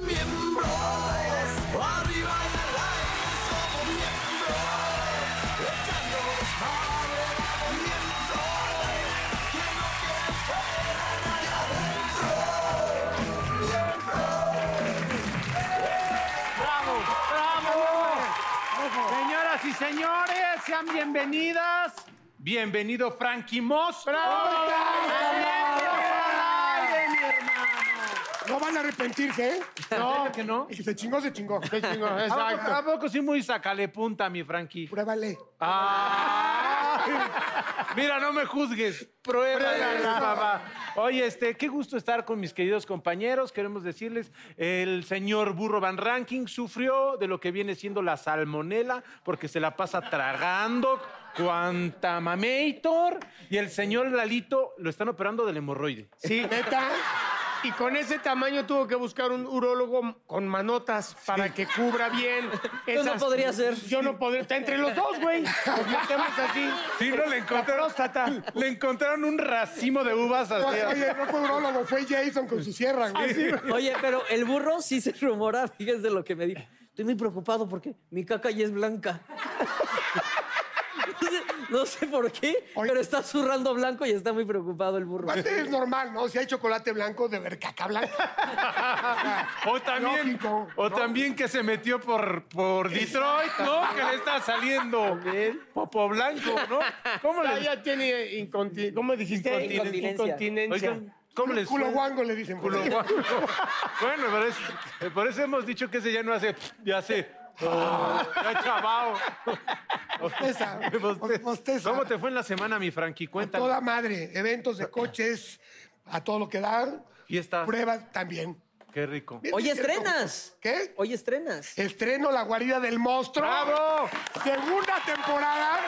Miembros, arriba y al aire somos miembros, echando los padres, miembros, que no quede fuera nadie adentro, ¡Bravo! ¡Bravo! Señoras y señores, sean bienvenidas. Bienvenido Frankie Moss. No van a arrepentirse, ¿eh? No, que no. Se chingó, se chingó. Ah, Se chingó, ¿A poco- ¿A poco sí muy sacale punta, mi Frankie? Pruébale. Mira, no me juzgues. Prueba de eso, papá. Oye, este, qué gusto estar con mis queridos compañeros. Queremos decirles, el señor Burro Van Ranking sufrió de lo que viene siendo la salmonela, porque se la pasa tragando cuanta mameitor. Y el señor Lalito lo están operando del hemorroide. Sí, neta. Y con ese tamaño tuvo que buscar un urólogo con manotas para que cubra bien. Yo no podría ser. Yo no podría. Está entre los dos, güey. Nos metemos así. Sí, no le encontraron. Le encontraron un racimo de uvas así. Oye, no fue urólogo, fue Jason con su sierra, güey. Oye, pero el burro sí se rumora, fíjense lo que me dijo. Estoy muy preocupado porque mi caca ya es blanca. No sé- No sé por qué, Oye. pero está zurrando blanco y está muy preocupado el burro. Aparte es normal, ¿no? Si hay chocolate blanco, de ver caca blanca. O también, Lógico, o ¿no? también que se metió por, por Detroit, ¿no? Que le está saliendo popo blanco, ¿no? ¿Cómo Ya, le ya tiene incontinencia. ¿Cómo dijiste? Incontinencia. Incontinencia. Oigan, ¿cómo les Culo fue? guango le dicen. Culo guango. Bueno, pero es- eh, por eso hemos dicho que ese ya no hace... Ya hace... oh, ya chavao. Bosteza, Boste- bosteza. ¿Cómo te fue en la semana, mi Frankie? Cuéntame. Toda madre. Eventos de coches, a todo lo que dar. Fiesta. Pruebas también. Qué rico. Bien, Oye, es cierto. estrenas. ¿Qué? Hoy estrenas. Estreno La Guarida del Monstruo. ¡Bravo! Segunda temporada.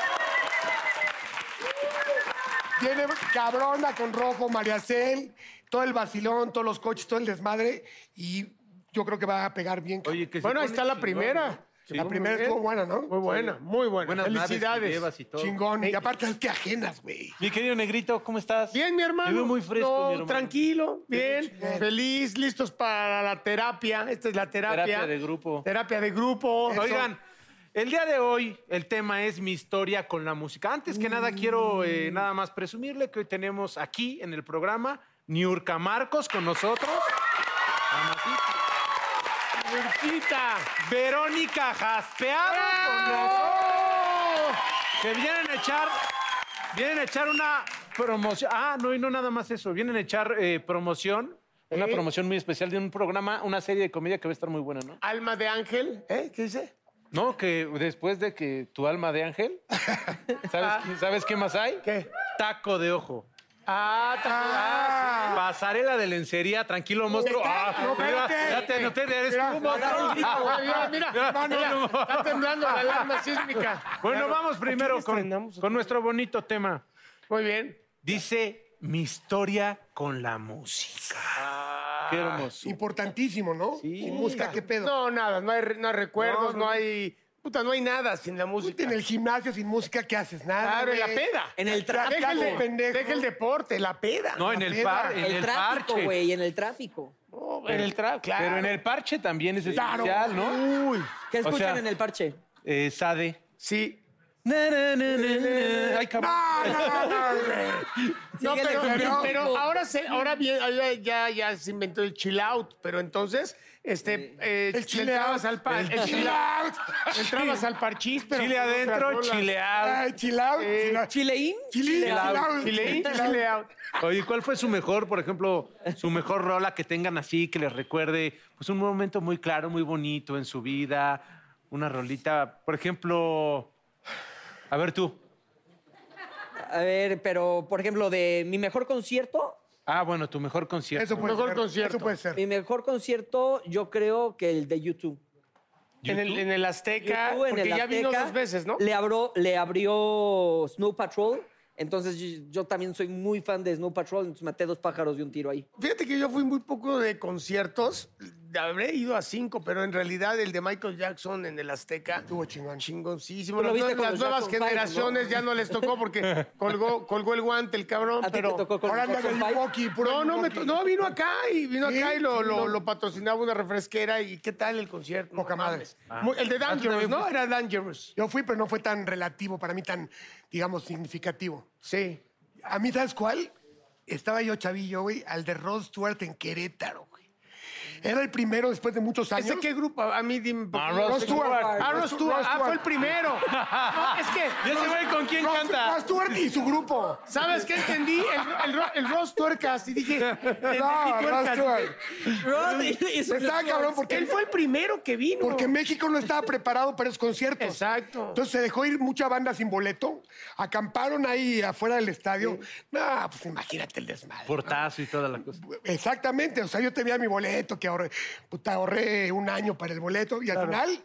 Viene cabrona con Rojo, Mariacel, todo el vacilón, todos los coches, todo el desmadre. Y yo creo que va a pegar bien. cabrón. Oye, que se Bueno, ahí pone está la chingón, primera. ¿no? Sí. la primera bien. estuvo buena, ¿no? Muy buena, muy buena. Buenas naves que Felicidades. llevas y todo. Chingón. Y aparte, es que ajenas, güey. Mi querido Negrito, ¿cómo estás? Bien, mi hermano. Te veo muy fresco, No, mi hermano. Tranquilo, bien, chingón. feliz, listos para la terapia. Esta es la terapia. Terapia de grupo. Terapia de grupo. Eso. Oigan, el día de hoy el tema es mi historia con la música. Antes que nada quiero eh, nada más presumirle que hoy tenemos aquí en el programa Niurka Marcos con nosotros. Amatita. Urquita. Verónica Jaspeado con nosotros. Que vienen a echar, vienen a echar una promoción. Ah, no, y no nada más eso. Vienen a echar eh, promoción. Una ¿Eh? promoción muy especial de un programa, una serie de comedia que va a estar muy buena, ¿no? Alma de ángel, ¿eh? ¿Qué dice? No, que después de que tu alma de ángel, ¿sabes, qué- ¿sabes qué más hay? ¿Qué? Taco de ojo. Ah, ta- ah, Pasarela de lencería, tranquilo monstruo. Está- Ah, no, mira, espérate. ya te noté, eres Mira, tú, monstruo. agarra un sí. Ah, güey, Mira, mira, Mira, mira, no, no. está temblando la alarma sísmica. Bueno, Claro. vamos primero Aquí con, estrenamos. con nuestro bonito tema. Muy bien. Dice mi historia con la música. Qué hermoso. Importantísimo, ¿no? Sí. Sin música, qué pedo. No, nada, no hay, re- no hay recuerdos, No, no, no. hay. Puta, no hay nada sin la música. En el gimnasio sin música, ¿qué haces? Nada. Claro, en la güey. peda. En el Deja tráfico. el, de- pendejo. deja el deporte, la peda. No, en la el peda. par, en El, el tráfico, parche. güey, en el tráfico. No, en el tra- claro. Pero en el parche también es Claro. especial, ¿no? ¿Qué O escuchan sea, en el parche? eh, Sade. Sí. Na, na, na, na, na. Ay, cabrón. No, no, no, güey. No, Síguele pero, con pero- ritmo. pero ahora, se, ahora bien, ahora ya, ya se inventó el chill out, pero entonces, este, eh, El chill le entrabas out. al par, el chill out. entrabas al parchís, pero Chile con otra adentro, rola. chile out. Ay, chill out, chill out. ¿Chileín? Chill in, chill out. Chile in, chile out. Oye, ¿cuál fue su mejor, por ejemplo, su mejor rola que tengan así, que les recuerde pues, un momento muy claro, muy bonito en su vida? Una rolita, por ejemplo. A ver tú. A ver, pero, por ejemplo, de mi mejor concierto, Ah, bueno, tu mejor concierto. Eso puede Mejor ser. concierto. Eso puede ser. mi mejor concierto, yo creo que el de YouTube. En el, en el Azteca, YouTube en porque el ya vino Azteca, dos veces, ¿no? Le, abrió, le abrió Snow Patrol. Entonces yo, yo también soy muy fan de Snow Patrol, entonces maté dos pájaros de un tiro ahí. Fíjate que yo fui muy poco de conciertos. Habré ido a cinco, pero en realidad el de Michael Jackson en el Azteca. Estuvo chingón. Chingoncísimo. Tú lo Las, viste nue- con las los nuevas Jackson Five, generaciones ¿no? ya no les tocó porque colgó, colgó el guante el cabrón. ¿A ti pero- te tocó con Ahora los anda de Jackson Five? Milwaukee, puro No, no, me to- Milwaukee. no, vino acá y vino Sí, acá y lo, sí, lo- lo- lo patrocinaba una refresquera. ¿Y qué tal el concierto? Poca No madre. Ah. mames. Muy- El de Dangerous, ¿no? Era Dangerous. Yo fui, pero no fue tan relativo para mí, tan, digamos, significativo. Sí. A mí, ¿sabes cuál? Estaba yo chavillo, güey, al de Rod Stewart en Querétaro, güey. Era el primero después de muchos años. ¿Ese qué grupo? A mí dime. porque Ah, no Rod sé. Stewart. Ah, Rod Stewart. Ah, fue el primero. No, es que ¿Y ese güey con quién Rod- canta? Rod Stewart y su grupo. ¿Sabes qué entendí? El, el, ro- el Ross Tuercas. Y dije, entendí No, Rod tuercas. Stewart. Rod y- y sus Estaba Swords. cabrón porque Él fue el primero que vino. Porque México no estaba preparado para esos conciertos. Exacto. Entonces se dejó ir mucha banda sin boleto. Acamparon ahí afuera del estadio. No, pues imagínate el desmadre. Portazo y toda la cosa. Exactamente. O sea, yo tenía mi boleto que ahorré. Puta, ahorré un año para el boleto y al final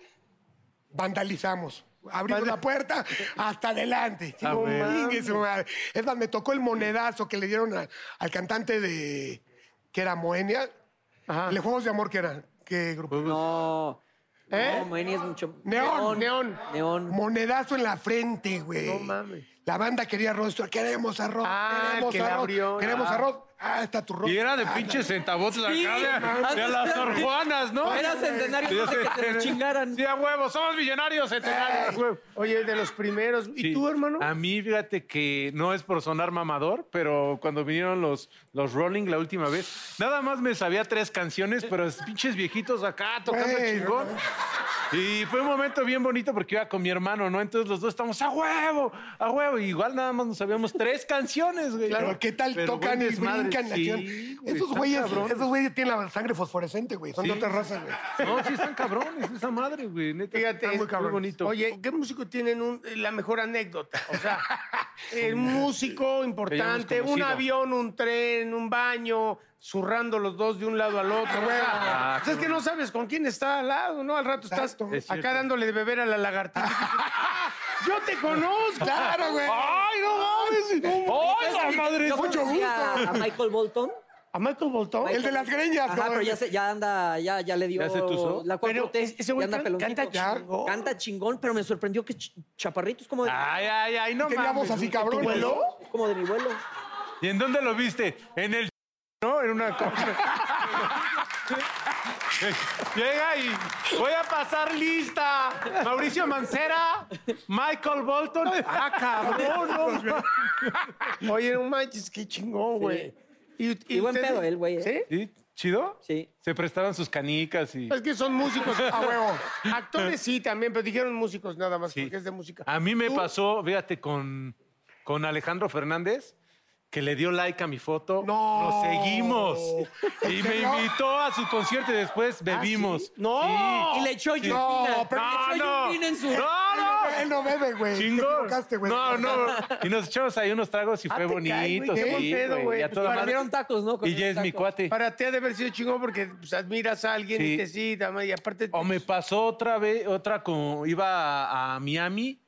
vandalizamos. Abrimos la puerta hasta adelante. Ah, No chingue su madre. Es más, me tocó el monedazo que le dieron a- al cantante de. que era Moenia. Ajá. ¿El de Juegos de Amor que era? ¿Qué grupo? No. ¿Eh? No, Moenia es mucho. Neón, neón. Neón. Monedazo en la frente, güey. No mames. La banda quería rostro. Queremos arroz. Ah, queremos el que la arroz. abrió, queremos ah. arroz. Ah, está tu rostro. Y era de pinches centavos la Sí, cara de, antes de a las era- Sor Juanas, ¿no? Era centenario Sí, no sé sí. que se los chingaran. Sí, a huevo, somos millonarios centenarios. a huevo. Oye, el de los primeros. ¿Y Sí. Ah, tú, hermano? A mí, fíjate que no es por sonar mamador, pero cuando vinieron los, los Rolling la última vez, nada más me sabía tres canciones, pero es pinches viejitos acá tocando Güey, chingón. Y fue un momento bien bonito porque iba con mi hermano, ¿no? Entonces los dos estamos a huevo, a huevo. Y igual nada más nos sabíamos tres canciones, güey. Pero qué tal Pero tocan buen y desmadre, brincan. sí, acción. güey, esos está güeyes, cabrón. esos güeyes tienen la sangre fosforescente, güey. Son de otra raza, güey. No, sí están cabrones, esa madre, güey. Neta, Fíjate, están muy, cabrones. bonito. Oye, ¿qué músico tienen un- eh, la mejor anécdota? O sea, el músico importante, un conocido. avión, un tren, un baño, zurrando los dos de un lado al otro. O sea, Ah, pues es que no sabes con quién está al lado, ¿no? Al rato estás Exacto. Es acá cierto. dándole de beber a la lagartija. Yo te conozco. Claro, güey. ¡Ay, no mames! ¡Ay, la madre! Yo mucho conocí a, a Michael Bolton. A Michael Bolton. El de las greñas, Ajá, pero güey. ya, se- ya anda, ya, ya le dio ¿Ya se tuzó? la 4T. Pero ese güey ya anda can- peloncito. canta chingón. Ah. Canta chingón, pero me sorprendió que ch- chaparrito es como de, Ay, ay, ay, no Tenía voz mames. así, cabrón. vuelo? es como de mi vuelo. ¿Y en dónde lo viste? En el ¿no? En una cosa. Llega y voy a pasar lista. Mauricio Mancera, Michael Bolton. Ah, cabrón, no Pues mames. Oye, no manches, qué chingón, güey. Y buen ustedes- pedo él, güey, ¿eh? ¿Sí? ¿Sí? ¿Chido? Sí. Se prestaban sus canicas y. Pues, Es que son músicos a huevo. Actores sí también, pero dijeron músicos nada más, Sí. porque es de música. A mí me Tú- pasó, fíjate, con, con Alejandro Fernández, que le dio like a mi foto. No. Nos seguimos. ¿En Y me serio? invitó a su concierto y después bebimos. ¡No! Y le echó yo. No, pero le echó no, no. yupina en su. No, no. Él no bebe, güey. Te Chingón. equivocaste, güey. No, no. Y nos echamos ahí unos tragos y Ah, fue te cae, bonito. güey, qué buen sí, pedo, güey, güey. y a toda Para madre. Comieron tacos, ¿no? Y Comieron ya es mi tacos. cuate. Para ti ha de haber sido chingón porque pues, admiras a alguien y Sí. te sí, dama, y aparte... pues, O me pasó otra vez, otra con. Iba a, a Miami,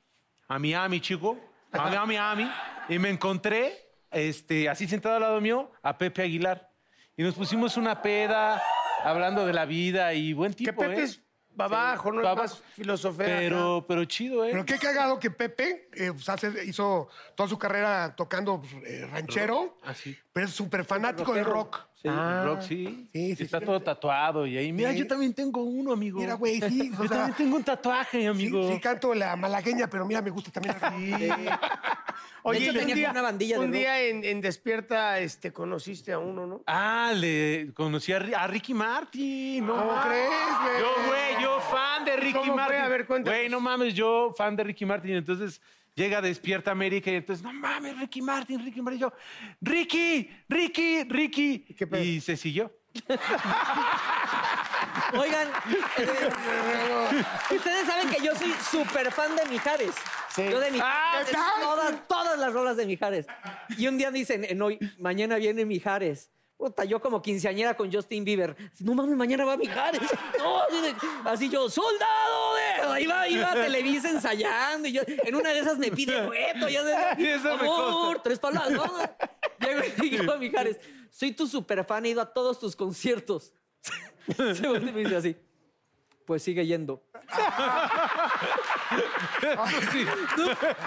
a Miami, chico. A Miami. Y me encontré, este, así sentado al lado mío, a Pepe Aguilar. Y nos pusimos una peda hablando de la vida y buen Que tipo, Pepe ¿eh? es va abajo, no va es más abajo. filosofía. Pero, pero chido, ¿eh? Pero qué cagado que Pepe eh, pues, hace- hizo toda su carrera tocando pues, eh, ranchero, Así. pero es súper fanático del rock. Sí. Ah. Rock, sí. Sí, sí, Está sí. todo tatuado y ahí. Mira, Sí. yo también tengo uno, amigo. Mira, güey, sí. o Yo sea, también tengo un tatuaje, sí, amigo. sí canto la malagueña, pero mira, me gusta también. De hecho, y un tenía día- una bandilla de Un rock. día en, en Despierta este, conociste a uno, ¿no? Ah, le conocí a, Ri- a Ricky Martin. No, ¿Cómo mames. crees, güey? Yo, güey, yo fan de Ricky ¿Cómo fue? Martin. A ver, cuéntanos. Güey, no mames, yo fan de Ricky Martin. Entonces llega Despierta América y entonces, no mames, Ricky Martin, Ricky Martin. Y yo, Ricky, Ricky, Ricky. qué pedo? Y se siguió. Oigan, eh, ustedes saben que yo soy súper fan de Mijares. Yo de Mijares, Ah, de ¿sabes? todas, todas las rolas de Mijares. Y un día dicen, eh, no, mañana viene Mijares. Puta, yo como quinceañera con Justin Bieber. No mames, mañana va Mijares. No, así, de- así yo, soldado de... Ahí va, ahí va Televisa ensayando. Y yo, en una de esas me pide dueto. Ya Y eso sabes, me amor, consta. tres palabras. ¿no? Llego y digo a Mijares, soy tu super fan, he ido a todos tus conciertos. Se voltea y me dice así. Pues sigue yendo. No,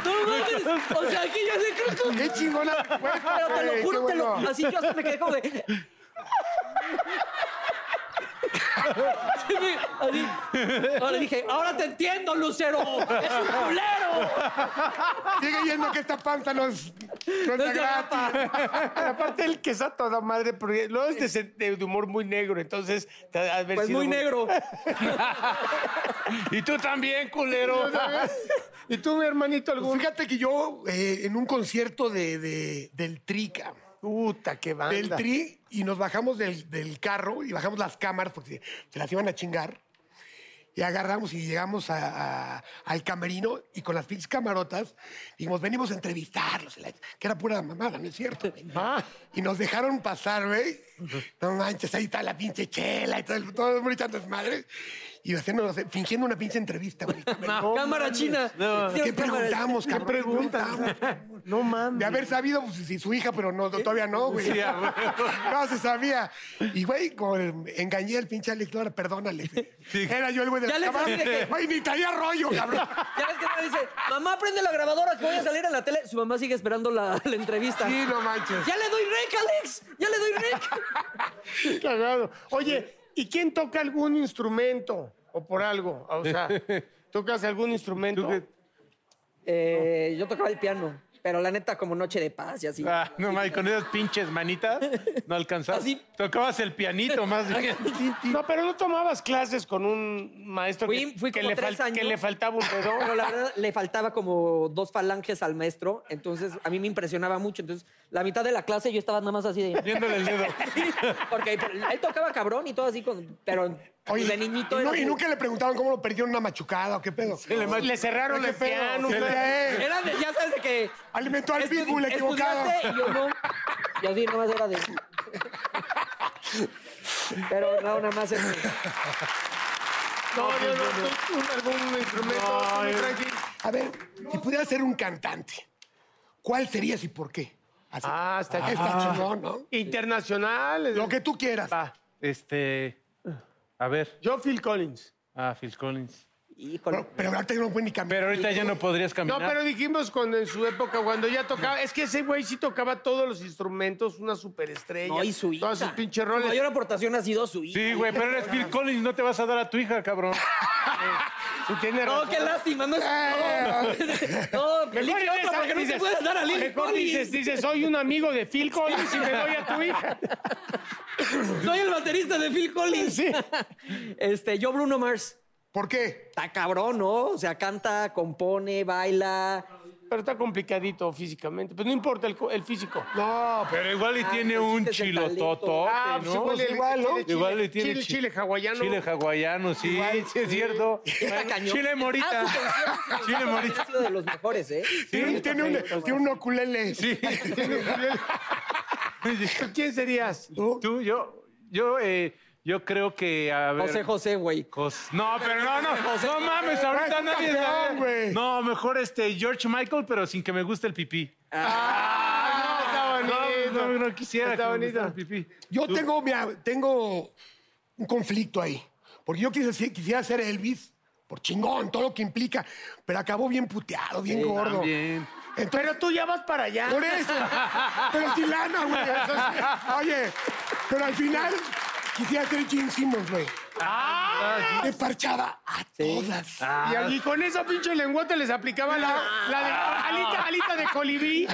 no mames. O sea, aquí yo se creo que. Qué chingona respuesta, Pero te güey, lo qué juro, te lo. bueno. Así yo hasta me quedé como de. Sí, me- así. Ahora dije, ahora te entiendo, Lucero. Es un culero. Sigue yendo que esta panza no es, no es No de se gratis. agarra. Aparte, el que es a toda madre, porque luego es de, se- de- de humor muy negro, entonces. te ha de haber Pues sido muy negro. Y tú también, culero. ¿Y tú, mi hermanito, algún? Fíjate que yo eh, en un concierto de, de- del Tri, cabrón. Puta, qué banda. del tri y nos bajamos del, del carro y bajamos las cámaras porque se las iban a chingar. Y agarramos y llegamos a- a- al camerino y con las pinches camarotas dijimos, venimos a entrevistarlos. y la- Que era pura mamada, ¿no es cierto? güey? Y nos dejaron pasar, güey. No manches, ahí está la pinche chela y todo el todo el mundo echando desmadre. Y haciéndonos, fingiendo una pinche entrevista, güey. Cámara china. ¿Qué Hicieron cámara- preguntamos, ¿Qué cabrón? ¿Qué preguntan? preguntamos? No De mames. haber sabido, pues, si su hija, pero no, todavía no, güey. Sí, a huevo. no se sabía. Y, güey, como engañé al pinche Alex Lora, perdón, Alex. Era yo el güey de Ya la les cámara. así de que- Güey, ni traía rollo, cabrón. Ya ves que me dice, mamá, prende la grabadora que voy a salir a la tele. Su mamá sigue esperando la, la entrevista. Sí, no manches. ¡Ya le doy rec, Alex! ¡Ya le doy rec! Cagado. Oye, ¿y quién toca algún instrumento? O por algo. O sea, ¿tocas algún instrumento? Eh, yo tocaba el piano, pero la neta, como noche de paz y así. Ah, no mames, con esas pinches manitas no alcanzabas. Así. Tocabas el pianito más bien. No, pero no tomabas clases con un maestro que- Fui- que, fui como le tres años. que le faltaba un dedo. Pero la verdad, le faltaba como dos falanges al maestro, entonces a mí me impresionaba mucho. Entonces, la mitad de la clase yo estaba nada más así de... Viéndole el dedo. Porque él tocaba cabrón y todo así, con, pero Oye, de niñito... y, no- era- y nunca le preguntaron cómo lo perdieron una machucada o qué pedo. le, cerraron el piano. Se le- Era de- ya sabes de que... Alimentó al estudi- pitbull equivocado. estudiaste Y yo no. Y así nada más era de... Pero no, nada más... este, No, yo no, tú- tú algún instrumento. tú, mi Frankie. A ver, si pudiera ser un cantante, ¿cuál serías y por qué? Así. Ah, está Ah, chido. está chingón, ¿no? Internacional. Lo que tú quieras. Va. ah, Este. A ver. Yo, Phil Collins. Ah, Phil Collins. Híjole. Pero, pero ahorita yo no puedo ni Pero cambiar. ahorita ya no podrías No, caminar. pero dijimos cuando en su época, cuando ya tocaba, es que ese güey sí tocaba todos los instrumentos, una superestrella. No, y su hija. Todas sus pinches Su roles. mayor aportación ha sido su hija. Sí, güey, pero eres Phil Collins, no te vas a dar a tu hija, cabrón. Sí, tiene No, razón. qué lástima, no es. No, no elige dices, otra porque no dices, te puedes dar a Lily mejor dices, Collins. dices, soy un amigo de Phil Collins y me doy a tu hija. Soy el baterista de Phil Collins. Este, yo Bruno Mars. ¿Por qué? Está cabrón, ¿no? O sea, canta, compone, baila. Pero está complicadito físicamente. Pues no importa el, co- el físico. No, pero... Pero igual y Ah, tiene pues sí un que es el chilototo, Ah, pues ¿no? igual, igual, ¿no? Igual le tiene chile, chi- chile hawaiano. Chile hawaiano, sí, sí es cierto. Está Bueno, cañón. Chile morita. Ah, su concierto, Chile también morita. Ha sido de los mejores, ¿eh? Tiene, tiene un, tiene un ukulele. Sí. ¿Tú quién serías? Tú, yo, yo, eh, yo creo que a ver. José José, güey. Cos- No, pero no, no. No mames, Es ahorita un nadie campeón, sabe. güey. No, mejor este George Michael, pero sin que me guste el pipí. Ah, no, está No, bonito. no quisiera Está que me bonito. gustara el pipí. Yo tengo, mira, tengo un conflicto ahí. Porque yo quise ser- quisiera ser Elvis, por chingón, todo lo que implica. Pero acabó bien puteado, bien gordo. también. Entonces, Pero tú ya vas para allá. por eso. Pero sin lana, güey. Entonces, oye, pero al final quisiera ser Jim Simmons, güey. Ah. Me parchaba a todas. Y, a- y con esa pinche lenguata les aplicaba la, la de alita, alita de colibrí.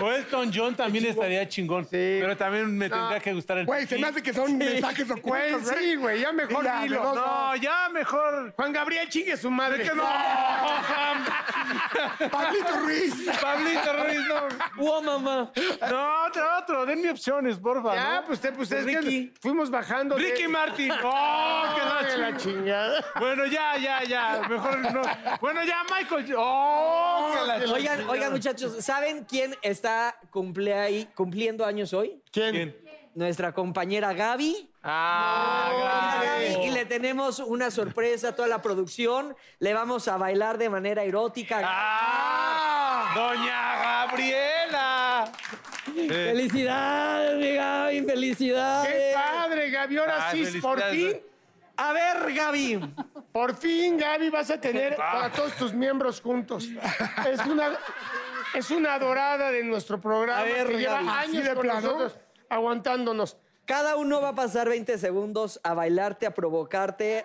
O Elton John también estaría chingón. Pero también me tendría que gustar el. Güey, se me hace que son mensajes Güey, ocultos, sí, güey, ya mejor Mira, dilo. mejor- No, ya mejor. Juan Gabriel chingue su madre. Pablito Ruiz. Pablito Ruiz, no. ¡Wow, mamá! No, otro, otro. Denme opciones, porfa. Ya, ¿no? pues, te- pues es Ricky. que fuimos bajando. de- Ricky Martin. ¡Oh, qué Ay, la la chingada! chingada. Bueno, ya, ya, ya. Mejor no. Bueno, ya, Michael. ¡Oh, qué la chingada! Oigan, oigan, muchachos, ¿saben quién está cumple ahí- cumpliendo años hoy? ¿Quién? Nuestra compañera Gaby. Ah, gracias. Gaby, Y le tenemos una sorpresa a toda la producción. Le vamos a bailar de manera erótica. ¡Ah! ¡Doña Gabriela! ¡Felicidades, mi Gaby! ¡Qué ¡Felicidades! padre, Gaby! Ahora Ay, sí, por felicidades. fin, A ver, Gaby. por fin, Gaby, vas a tener Ah. a todos tus miembros juntos. Es una, es una dorada de nuestro programa A ver, que lleva Gaby. ¿Así años de con plano? nosotros aguantándonos. Cada uno va a pasar 20 segundos a bailarte, a provocarte.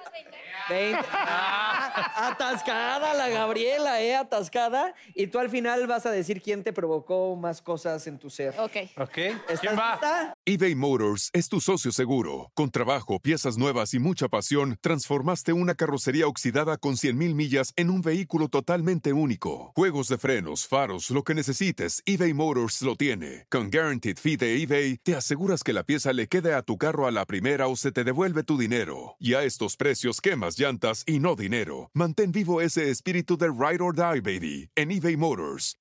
20. Ah, atascada la Gabriela, ¿eh? Atascada. Y tú al final vas a decir quién te provocó más cosas en tu ser. Ok. ¿Ok? ¿Estás ¿Quién va? lista? eBay Motors es tu socio seguro. Con trabajo, piezas nuevas y mucha pasión, transformaste una carrocería oxidada con 100.000 millas en un vehículo totalmente único. Juegos de frenos, faros, lo que necesites, eBay Motors lo tiene. Con Guaranteed Fee de eBay, te aseguras que la pieza le quede a tu carro a la primera o se te devuelve tu dinero. Y a estos precios, quemas llantas y no dinero. Mantén vivo ese espíritu de Ride or Die, baby, en eBay Motors.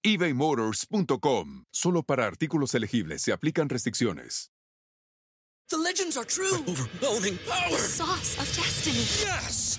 ebaymotors.com. Solo para artículos elegibles se aplican restricciones. The legends are true. overwhelming power! Sauce of destiny. Yes!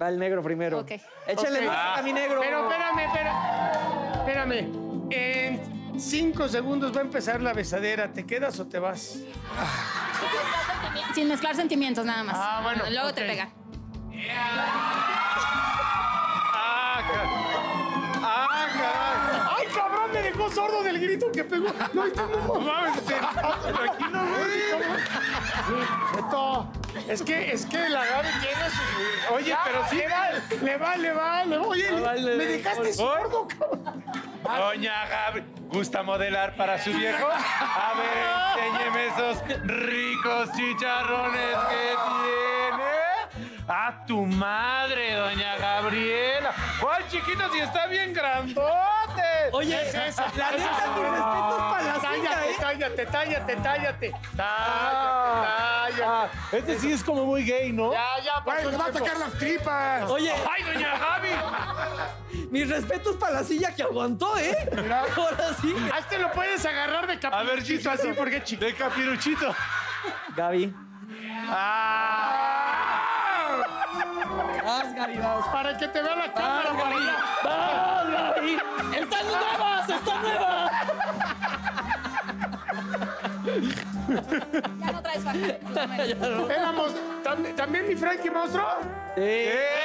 Va el negro primero. Ok. Échale Ok. música, mi negro. Pero espérame, espérame. Espérame. En cinco segundos va a empezar la besadera. ¿Te quedas o te vas? Sin mezclar sentimientos, nada más. Ah, bueno, Luego ok. te pega. ¡Ah, caray! ¡Ay, cabrón! Me dejó sordo del grito que pegó. No, no, no mames. este, Tranquilo, güey. Beto, Es que, es que la Gaby tiene su... Oye, pero sí. Le va, le va, le va. le va. Oye, Ah, vale, me dejaste sordo, cabrón. Doña Gaby, ¿gusta modelar para su viejo? A ver, enséñeme esos ricos chicharrones que tiene. A tu madre, doña Gabriela. ¡Ay, chiquito, si está bien grandote! Oye, la neta, mis respetos para la suya, Tállate, ¿eh? tállate, tállate, tállate. Ah, Tállate, ah, tállate. este sí es como muy gay, ¿no? pues, Ya, ya, pues, Güey, pasó nos el va a tiempo. sacar las tripas. Oye, ¡Ay, doña Gaby! mis respetos para la silla que aguantó, ¿eh? Ahora sí. A este lo puedes agarrar de A capuchito ver, chiquito, así porque es chiquito. De capiruchito. Gaby. ¡Ah! Vas, Gaby, vas. Para que te vea la Vas, cámara. Gaby. guarida. Vas, Gaby. ¡Están nuevas! ¡Están nuevas! Ya no traes faja. por lo menos. Éramos, tam- también mi Frankie Monstruo. Sí. ¡Eh!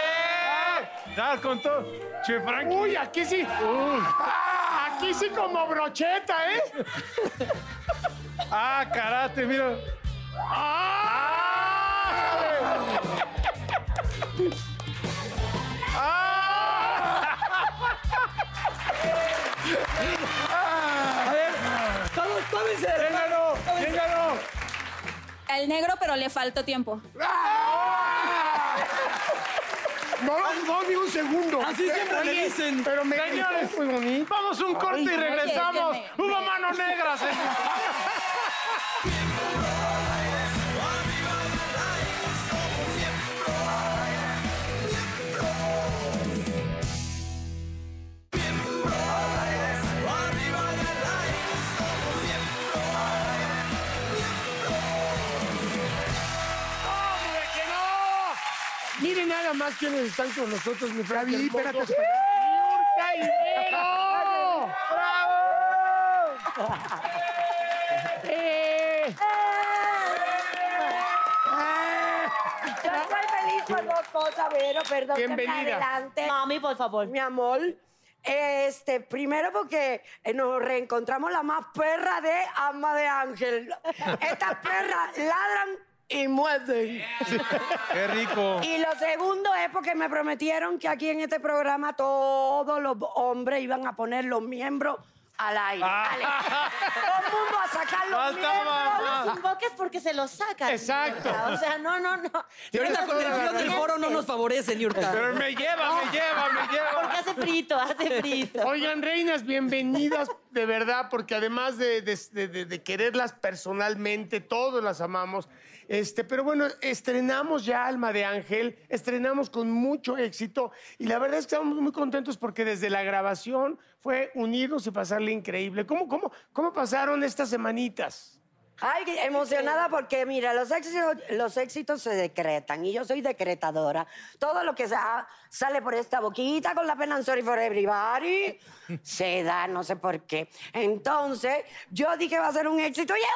Dar con todo. Che, Frankie. Uy, aquí sí. Ah, Aquí sí como brocheta, ¿eh? ¡Ah, karate, mira! ¡Ah! A ver, todos, tómense. ¡Quién ganó? ¿Quién ganó? El negro, pero le faltó tiempo. No, no, ni un segundo. Así siempre le dicen. Pero me Señores, gritó muy bonito. Vamos un corte y regresamos. es que me- ¡Hubo manos negras! en- arriba del aire, nada más quienes están con nosotros, mi Fran. David, hermoso. espérate. ¡Niurka Ibero! ¡Eh! Yo estoy feliz por dos cosas, pero perdón. que me Bienvenida. Adelante. Mami, por favor. Mi amor, este, primero porque eh, nos reencontramos la más perra de Ama de Ángel. Estas perras ladran y muerden. Qué rico. Y lo segundo es porque me prometieron que aquí en este programa todos los hombres iban a poner los miembros al aire. Ah. Ale. Todo el mundo a sacar los Faltaba miembros. No los invoques porque se los sacan. Exacto. O sea, no, no, no. Y ahorita con el frío del foro no nos favorece, Niurka. Pero me lleva, me lleva, me Porque lleva. hace frito, hace frito. Oigan, reinas, bienvenidas de verdad, porque además de, de- de- de- de quererlas personalmente, todos las amamos. Este, pero bueno, estrenamos ya Alma de Ángel, estrenamos con mucho éxito y la verdad es que estamos muy contentos porque desde la grabación fue unirnos y pasarle increíble. ¿Cómo, cómo, cómo pasaron estas semanitas? Ay, qué emocionada porque, mira, los éxitos, los éxitos se decretan y yo soy decretadora. Todo lo que sa- sale por esta boquita con la pena sorry for everybody se da, no sé por qué. Entonces, yo dije va a ser un éxito y es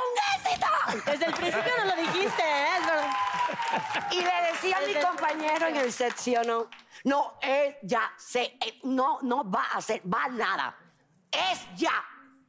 un éxito. Desde el principio no lo dijiste, ¿eh? Es verdad. Y le decía a mi compañero en el secciono, no, él ya se, eh, no, no va a hacer, va a nada. Es ya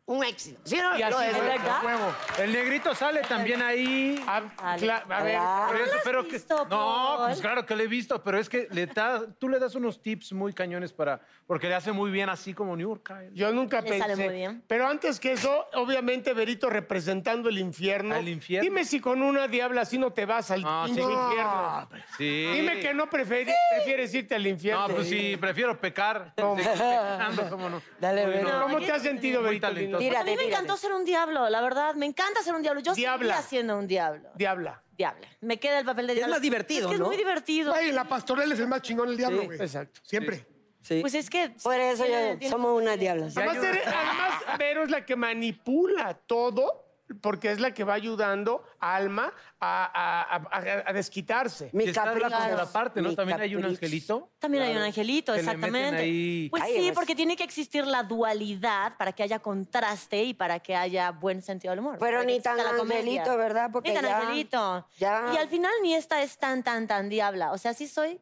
un éxito. ¿Sí o no? Y así Lo fue, decreté. a huevo. El negrito sale también ahí. A, Ale. cla- a ver, Hola. Ah, Por ¿No eso, lo has pero visto, que... No, Paul? pues claro que lo he visto, pero es que le da- tú le das unos tips muy cañones para... Porque le hace muy bien así como Niurka. él. Yo nunca Le pensé. sale muy bien. Pero antes que eso, obviamente, Berito representando el infierno. Al infierno. Dime si con una diabla así no te vas al Ah, sí. pinche infierno. Sí. Dime que no preferi- prefieres irte al infierno. No, pues sí, prefiero pecar. No. Pecando, cómo no. Dale, Uy, ven. no. ¿Cómo te has sentido, Muy Berito? talentoso. lindo? Tírate, a mí me tírate. encantó ser un diablo, la verdad. Me encanta ser un diablo. Yo Diabla. seguía siendo un diablo. Diabla. Diabla. Me queda el papel de diablo. más divertido, es que ¿no? Es muy divertido. Güey, la pastorela es el más chingón el diablo, Sí, güey. Exacto. Siempre. Sí. Pues es que... Por eso tiene- yo, tiene- somos unas diablas. Además, eres- además, Vero es la que manipula todo porque es la que va ayudando a Alma a, a- a- a- a desquitarse. Y Mi está la capricho. contraparte, ¿no? Mi También hay un capricho. angelito. También hay un angelito, Que le meten exactamente. ahí. Pues Ay, sí, además- porque tiene que existir la dualidad para que haya contraste y para que haya buen sentido del humor. Pero para que ni exista tan la comedia. angelito, ¿verdad? Porque ni tan ya- Ah. angelito. ya. Y al final ni esta es tan, tan, tan diabla. O sea, sí soy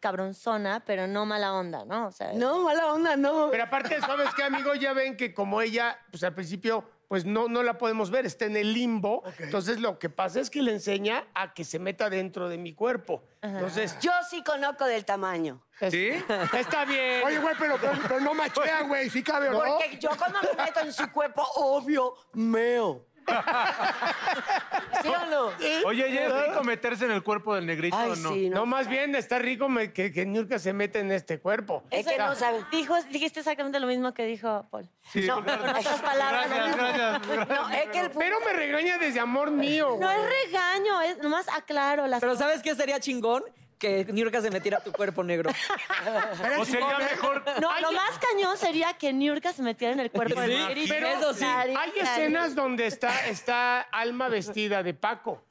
cabronzona, pero no mala onda, ¿no? O sea, No, mala onda, no. Pero aparte, ¿sabes qué, amigo? Ya ven que como ella, pues al principio, pues no, no la podemos ver, está en el limbo. Entonces lo que pasa es que le enseña a que se meta dentro de mi cuerpo. Entonces, Yo sí conozco del tamaño. ¿Sí? está bien. Oye, güey, pero, pero, pero no machea, güey. Sí cabe, ¿o ¿no? Porque yo cuando me meto en su cuerpo, obvio, meo. ¿Sí o no? Oye, oye, ¿es rico meterse en el cuerpo del negrito Ay, o no? sí, no, más bien está rico me- que, que Niurka se meta en este cuerpo. Es que no sabe. dijo, dijiste exactamente lo mismo que dijo Paul. Sí, No, porque- Con otras palabras. lo Gracias, mismo. gracias. No, es que el Pero me regaña desde amor mío. No es regaño, es nomás aclaro las Pero ¿sabes qué sería chingón? Que Niurka se metiera a tu cuerpo negro. O sería mejor... No, lo más cañón sería que Niurka se metiera en el cuerpo Sí, de Margarita. pero- eso sí. Claro, Hay claro. escenas donde está, está Alma vestida de Paco.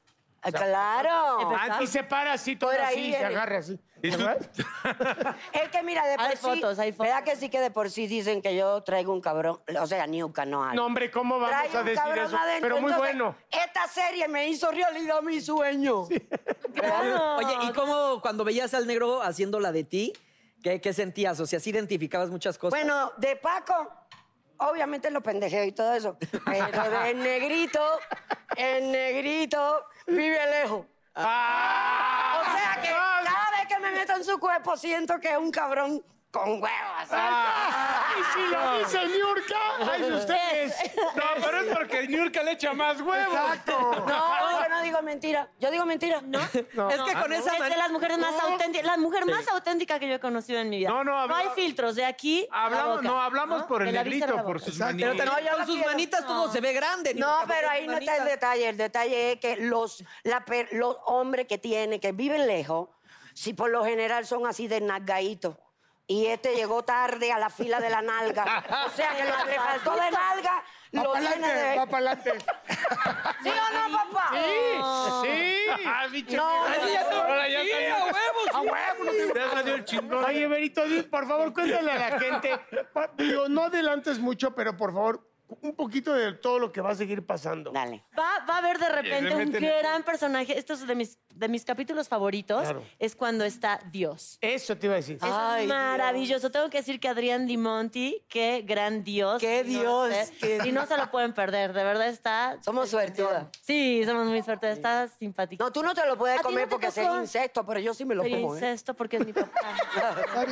Ah, Ah, Claro. Y se para así, todo Por así, ahí y se viene. agarra así. ¿Y tú? ¿Verdad? Es que mira, de por Hay sí, fotos, hay fotos. ¿Verdad que sí que de por sí dicen que yo traigo un cabrón? O sea, Niuca, no algo. No, hombre, ¿cómo vamos Traigo a un decir cabrón eso? adentro, Pero muy entonces, bueno. Esta serie me hizo realidad mi sueño. Claro. Oye, ¿y cómo cuando veías al negro haciendo la de ti? ¿Qué, qué sentías? O sea, ¿sí identificabas muchas cosas? Bueno, de Paco, obviamente lo pendejeo y todo eso. eh, Pero de negrito, el negrito vive lejos. Ah. O sea que cada vez que me meto en su cuerpo siento que es un cabrón con huevos. Ah. Y si lo dice Niurka, ay, ustedes. No, pero es porque Niurka le echa más huevos. Exacto. No, yo no digo mentira. Yo digo mentira. No. es que con esa es de manera... las mujeres más auténticas, la mujer más auténtica que yo he conocido en mi vida. No, no, habla- hay filtros de aquí. a la Hablamos, boca, no, hablamos por De el la vista a negrito, la por boca. sus Exacto. manitas. Pero también No, yo con la sus quiero. manitas todo se ve grande. No, Niurka, pero con ahí sus no está el manitas. detalle. El detalle es que los, la per- los hombres que tiene, que viven lejos, si por lo general son así de nalgaíto. Y este llegó tarde a la fila de la nalga. O sea que lo que le faltó de nalga, Va lo para tiene adelante, va de. para adelante. ¿Sí o no, papá? Sí, sí. Ah, bicho. No, Ahora ya Sí, salió. a huevos, sí. ¡A huevo! no tengo- Ya salió el chingón. Oye, Berito, di- por favor, cuéntale a la gente. pa- Digo, no adelantes mucho, pero por favor, un poquito de todo lo que va a seguir pasando. Dale. Va, va a haber de repente le un meten- gran personaje. Esto es de mis, de mis capítulos favoritos. Claro. Es cuando está Dios. Eso te iba a decir. Eso es maravilloso. Tengo que decir que Adrián Di Monti, qué gran Dios. Qué Y no Dios, sé- qué- Y no se lo pueden perder. De verdad está. Somos suertudas. Sí, somos muy suertudas. Está simpático. No, tú no te lo puedes ¿A ti comer no te porque tocó? sería incesto, pero yo sí me lo Sería como. ¿eh? incesto porque es mi papá.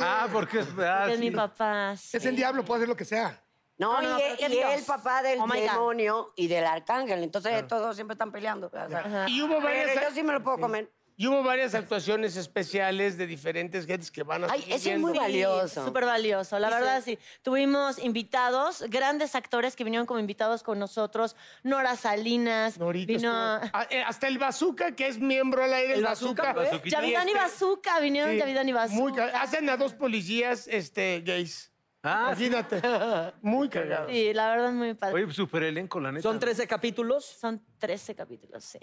Ah, porque es. ah, porque es sí. mi papá. Es el diablo, puede hacer lo que sea. No, No, no, y, pero es qué Dios. el papá del Oh my God. demonio y del arcángel. Entonces estos dos siempre están peleando. o sea, Y hubo varias, Pero yo sí me lo puedo comer. y hubo varias actuaciones especiales de diferentes gentes que van a Ay, seguir eso es muy viendo. valioso. Súper valioso, la verdad sí. Tuvimos invitados, grandes actores que vinieron como invitados con nosotros. Nora Salinas, Norito vino... estuvo- Ah, eh, Hasta el Bazooka, que es miembro al aire. El, El Bazooka. Bazooquita. Yavidán y este- Bazooka, vinieron Sí, Yavidán y Bazooka. Muy ca- Hacen a dos policías este, gays. Ah, sí. Imagínate. Muy cagado. Sí, la verdad es muy padre. Oye, super elenco, la neta. Son 13 capítulos. Son 13 capítulos, sí.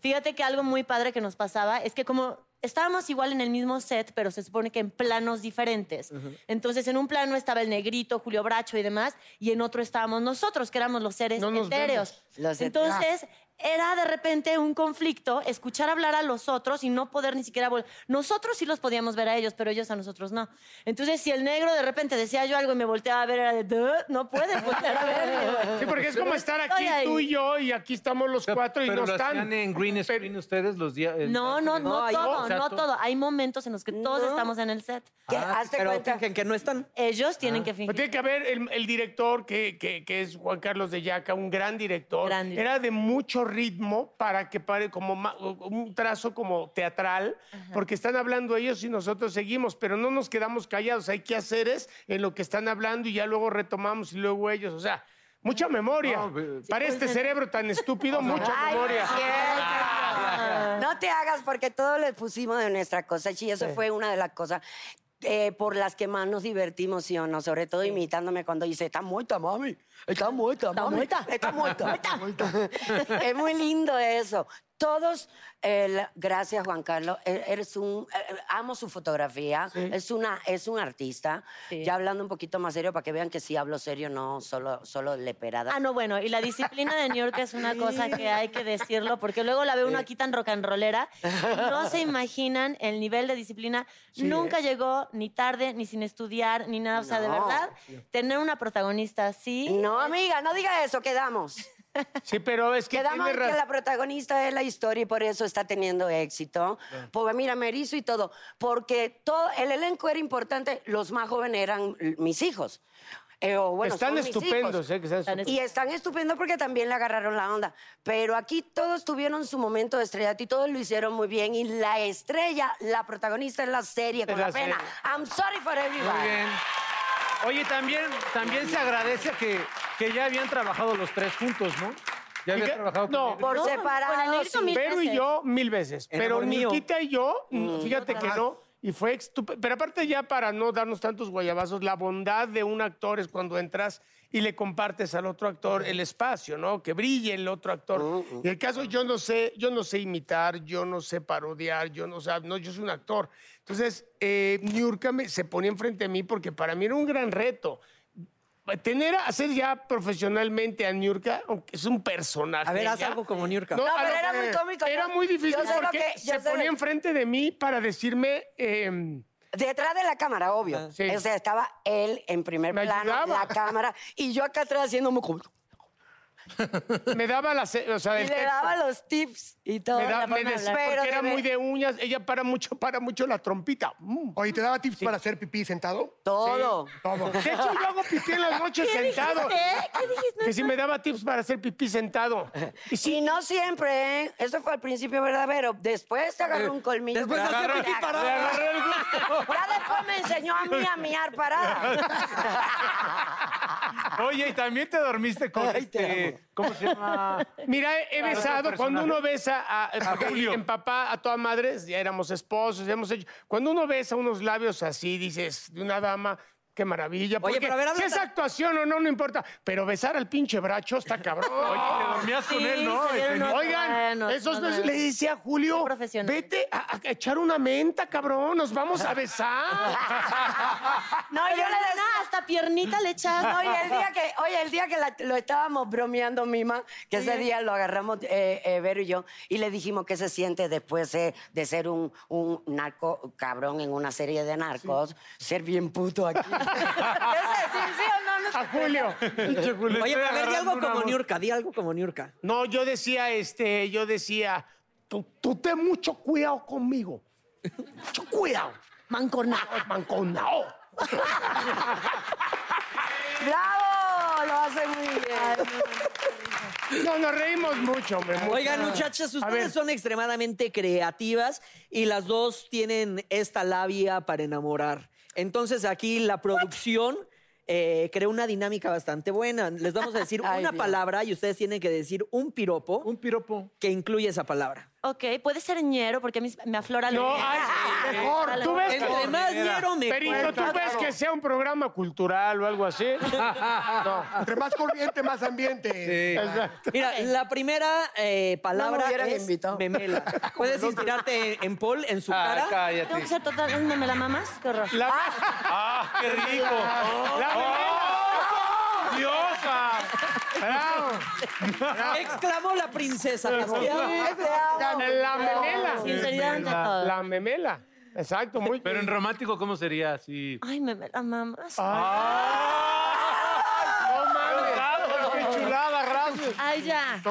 Fíjate que algo muy padre que nos pasaba es que como estábamos igual en el mismo set, pero se supone que en planos diferentes. Entonces, en un plano estaba el negrito, Julio Bracho y demás, y en otro estábamos nosotros, que éramos los seres No nos etéreos. Los etéreos. Entonces, era de repente un conflicto escuchar hablar a los otros y no poder ni siquiera volver. Nosotros sí los podíamos ver a ellos, pero ellos a nosotros no. Entonces, si el negro de repente decía yo algo y me volteaba a ver, era de, "Duh, no puedes voltear a verme. Sí, porque es como estar aquí Estoy ahí. tú y yo y aquí estamos los cuatro y Pero no lo están. hacían en green screen ustedes los días. No, no, no, hay- todo, o sea, no to- todo. Hay momentos en los que todos No. estamos en el set. ¿Qué? Ah, Hazte pero cuenta. fingen que no están. Ellos tienen que Pero fingir. tiene que haber el, el director, que, que- que es Juan Carlos de Yaca, un gran director. Gran director. Era de mucho ritmo para que pare como ma- un trazo como teatral, porque están hablando ellos y nosotros seguimos, pero no nos quedamos callados. Hay que hacer es en lo que están hablando y ya luego retomamos y luego ellos. O sea, mucha memoria. No, ve- para este pues, cerebro tan estúpido, mucha Ay, no memoria. Ah, es cierto. No te hagas porque todos les pusimos de nuestras cosas. Y eso fue una de las cosas eh, por las que más nos divertimos, sí o no. Sobre todo imitándome cuando dice, está muerta, mami. Está muerta, mami. muerta. Está muerta. es muy lindo eso. Todos, eh, la- gracias Juan Carlos, E- eres un, eh, amo su fotografía, es, una, es un artista. Sí. Ya hablando un poquito más serio para que vean que sí hablo serio, no solo, solo leperada. Ah, no, bueno, y la disciplina de New York es una cosa que hay que decirlo, porque luego la ve Eh, uno aquí tan rock and rollera. No se imaginan el nivel de disciplina. ¿eh? Nunca llegó ni tarde, ni sin estudiar, ni nada. O sea, de No. verdad, tener una protagonista así. No, amiga, no diga eso, quedamos. Sí, pero es que Quedamos tiene en que ra- la protagonista es la historia y por eso está teniendo éxito. Pues mira, me erizo y todo. Porque todo el elenco era importante, los más jóvenes eran l- mis hijos. Eh, o bueno, están son mis hijos. estupendos, ¿eh? Que están Están estupendos. Y están estupendos porque también le agarraron la onda. Pero aquí todos tuvieron su momento de estrellato y todos lo hicieron muy bien. Y la estrella, la protagonista es la serie, con Es la la, pena. serie. I'm sorry for Muy everybody. bien. Oye, también, también se agradece que, que ya habían trabajado los tres juntos, ¿no? Ya habían qué? trabajado No, con Por No, con el separado. negrito sí. mil Pero y veces. yo mil veces. En pero amor mío. Nikita y yo, mm, Mm. fíjate que no. Y fue estúpido. Pero aparte ya para no darnos tantos guayabazos, la bondad de un actor es cuando entras y le compartes al otro actor el espacio, ¿no? Que brille el otro actor. Mm, Y el caso, yo no sé, yo no sé imitar, yo no sé parodiar, yo no sé, no, yo soy un actor. Entonces, eh, Niurka me- se ponía enfrente de mí porque para mí era un gran reto. Tener, a- hacer ya profesionalmente a Niurka, aunque es un personaje. A ver, haz ya. algo como Niurka. No, No, a pero lo era que- muy cómico, Era yo- muy difícil yo sé lo porque que- yo se sé lo- ponía enfrente de mí para decirme. eh, Detrás de la cámara, obvio. Ah, sí. O sea, estaba él en primer Me plano, ayudaba. la cámara, y yo acá atrás haciendo muy como- me daba las. O sea, Y el le texto. daba los tips y todo. Me daba- la me forma de decía, hablar. porque Pero era de muy ver- de uñas. Ella para mucho, para mucho la trompita. Mm. Oye, ¿te daba tips para hacer pipí sentado? Todo. Todo. De hecho, yo hago pipí en las noches sentado. ¿Qué? ¿Qué dijiste? Que si me daba tips para hacer pipí sentado. Y Y sí, no siempre, ¿eh? Eso fue al principio verdadero. Después te agarró un colmillo. Pues Después Ya hacía agarró- pipí parada. Ya después me enseñó a mí a miar parada. Oye, y también te dormiste con este- ¿Cómo se llama? mira, he- he Claro, besado. otro Cuando personaje. uno besa a, porque Julio. en papá, a toda madre, ya éramos esposos, ya hemos hecho. Cuando uno besa unos labios así, dices, de una dama. Qué maravilla. Oye, porque pero a ver, si habla- es actuación o no, no importa. Pero besar al pinche bracho está cabrón. Oye, te dormías con Sí, él, ¿no? se dieron otro, Oigan, bueno, esos no, besos- no. le decía a Julio, vete a, a echar una menta, cabrón. Nos vamos a besar. No, Pero yo le nena, decía... hasta piernita le echaba. No, y el día que, oye, el día que la- lo estábamos bromeando, Mima, que ese Sí. día lo agarramos eh, eh, Vero y yo, y le dijimos qué se siente después eh, de ser un, un narco cabrón en una serie de narcos, ser bien puto aquí. A ¡Ah, Julio. Oye, pero a ver, di algo como Niurka, di algo como Niurka. No, yo decía, este, yo decía, tú, tú ten mucho cuidado conmigo. Mucho cuidado. Mancornao. Mancornao. ¡Bravo! Lo hace muy bien. No, nos reímos mucho, hombre. mucho. Oigan, muchachas, A ver, ustedes son extremadamente creativas y las dos tienen esta labia para enamorar. Entonces aquí la producción eh, creó una dinámica bastante buena. Les vamos a decir Ay, una Dios. palabra y ustedes tienen que decir un piropo. Un piropo. Que incluye esa palabra. Ok, puede ser ñero porque a mí me aflora la No, ñera. ay, eh, Ah, mejor. la Tú ves ñera. que- Perito, ¿tú ves Claro. que sea un programa cultural o algo así? No. Entre más corriente, más ambiente. Exacto. Mira, la primera eh, No me palabra hubieran es memela. Puedes inspirarte en, en Paul, en su Ay, cara. Ah, cállate. Tengo que ser total... ¿Me la mamas? Qué horror. ¡Ah, qué rico! La- ¡Oh! ¡Diosa! ¡Bravo! Exclamó la princesa. las que aman. La Oh. memela. Sinceridad ante todo. La memela. Exacto, muy Pero en romántico, ¿cómo sería? Así. Ay, me me la mamas. No mames. Ah. ¡Qué chulada, gracias! Ay, ya.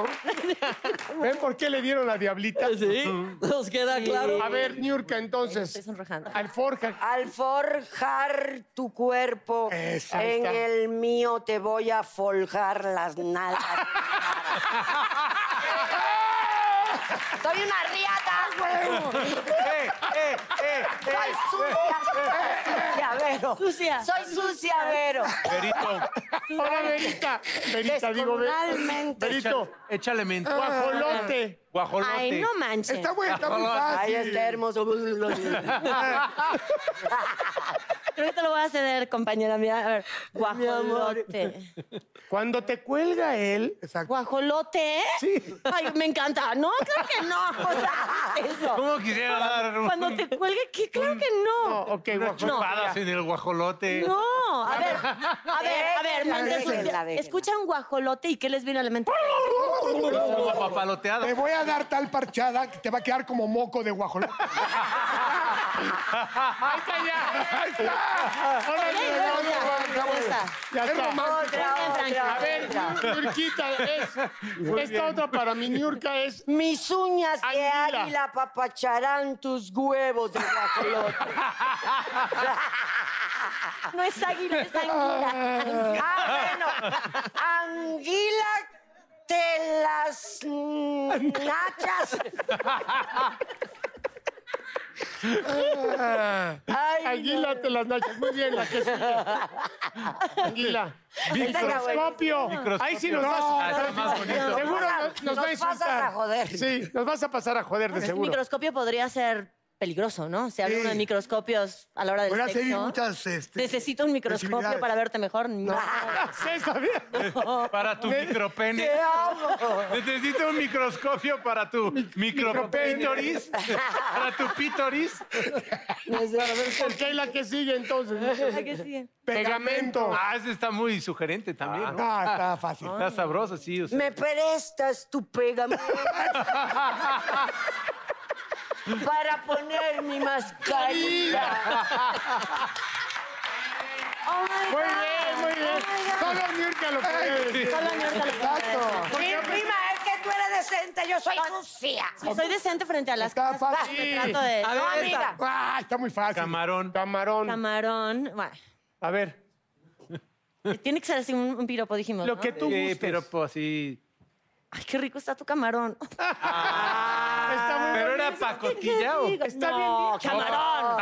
¿Ven por qué le dieron la diablita? Sí, nos queda claro. A ver, Niurka, entonces. Estoy sonrojando. Alforja. Ah, Al forjar tu cuerpo, Esa, ahí en está. el mío te voy a foljar las nalgas. Soy una Ah, riata, güey. ¡Eh, eh, eh! Soy sucia, sucia, Vero. Sucia. Soy sucia, Vero. eh. Perito. Ahora, Verita. Verita, digo, Ver- Descomunalmente. Verito. Échale mente. Guajolote. Guajolote. Ay, no manches. Está bueno, está muy Ay, fácil. está hermoso. Creo que te lo voy a ceder, compañera mía. A ver, guajolote. Cuando te cuelga él. Exacto. ¿Guajolote? Sí. Ay, me encanta. No, claro que no. O sea, eso. ¿Cómo quisiera dar un- Cuando te cuelgue, que claro que no. No, ok, unas guajolote. chupadas en el guajolote? No, a ver, a ver, a ver, Déjenla, Montes, déjenla, déjenla. escucha un guajolote y qué les viene a la mente. Como papaloteada. Te voy a dar tal parchada que te va a quedar como moco de guajolote. Ahí está ya. Ahí está. Ahora Ey, sí, ya, vamos, ya, vamos, ya vamos. está. Ya está. Otra, otra, A ver, otra. Nurquita, es. Esta otra para mi Niurka es. Mis uñas de Águila. águila papacharán tus huevos de guajolote. No es águila, es anguila. Ah, bueno. Anguila te las mm, nachas. Ay, Águila te las nachas. Muy bien, la que sigue. Águila. Microscopio. Ahí sí nos vas Ah, está más bonito. Seguro pasa- nos, nos nos va a insultar. pasas a joder. Sí, nos vas a pasar a joder, de El seguro. microscopio podría ser peligroso, ¿no? Si habla Sí. uno de microscopios a la hora del Voy a sexo. seguir muchas. este, Necesito un microscopio posibilidades. para verte mejor. No. César, bien. Para tu micropene. te amo. Eh, Necesito un microscopio para tu micropítoris. Para tu pítoris. Ok, la que sigue entonces. Ay, que sí. Pegamento. Ah, ese está muy sugerente también, ¿no? Ah, está fácil. Está sabroso, sí. o sea. Me prestas tu pegamento para poner mi mascarilla. Oh my Muy God. bien, muy bien. Solo Niurka lo puede decir. Solo mi orca le pone eso. Mi prima, es que tú eres decente, yo soy sucia. Sí, soy decente frente a las Está cosas. fácil. Me trato de... A ver, No, esta. amiga. Ah, está muy fácil. Camarón. Camarón. Camarón. Bueno, A ver, tiene que ser así un, un piropo, dijimos, lo ¿no? que tú Sí, gustes. pero pues sí. Ay, qué rico está tu camarón. Está muy ¿Pero bonito. era pa' cotilla o...? Oh, Está no, bien dicho. camarón.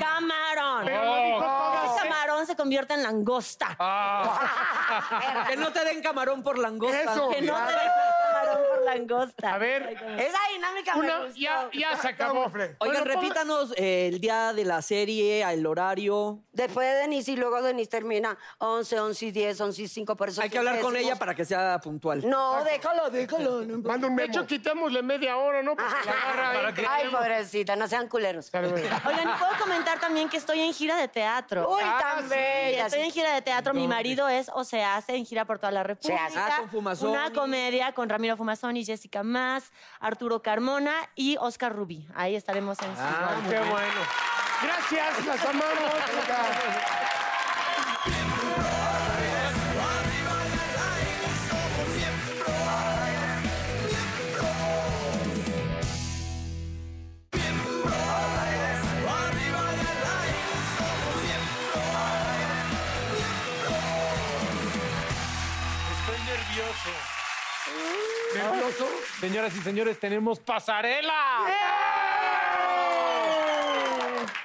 Camarón. Oh. Camarón. Pero lo dijo todas. Ese camarón se convierte en langosta. Ah. Que no te den camarón por langosta. Eso. Que no te den camarón por langosta. A ver. Esa dinámica me Una- gustó. Ya, ya se acabó. Oigan, repítanos eh, el día de la serie, el horario. Después de Denise y luego Denise termina 11, 11 y 10, 11 y 5 personas. Hay que hablar con ella para que sea puntual. No, déjalo, déjalo. no importa. De hecho, quitémosle media hora, ¿no? Porque la agarra ahí. Ay, pobrecita, no sean culeros. Oigan, y puedo comentar también que estoy en gira de teatro. Uy, Ah, tan sí, bella, Estoy sí. en gira de teatro. Mi ¿Dónde? marido es O se hace en gira por toda la República. hace. Ah, con Fumazoni. Una comedia con Ramiro Fumazoni, Jessica Más, Arturo Carmona y Oscar Rubí. Ahí estaremos en su Ah, qué bueno. Gracias, las amamos. Estoy nervioso. ¿Nervioso? Señoras y señores, tenemos pasarela. ¡Eh!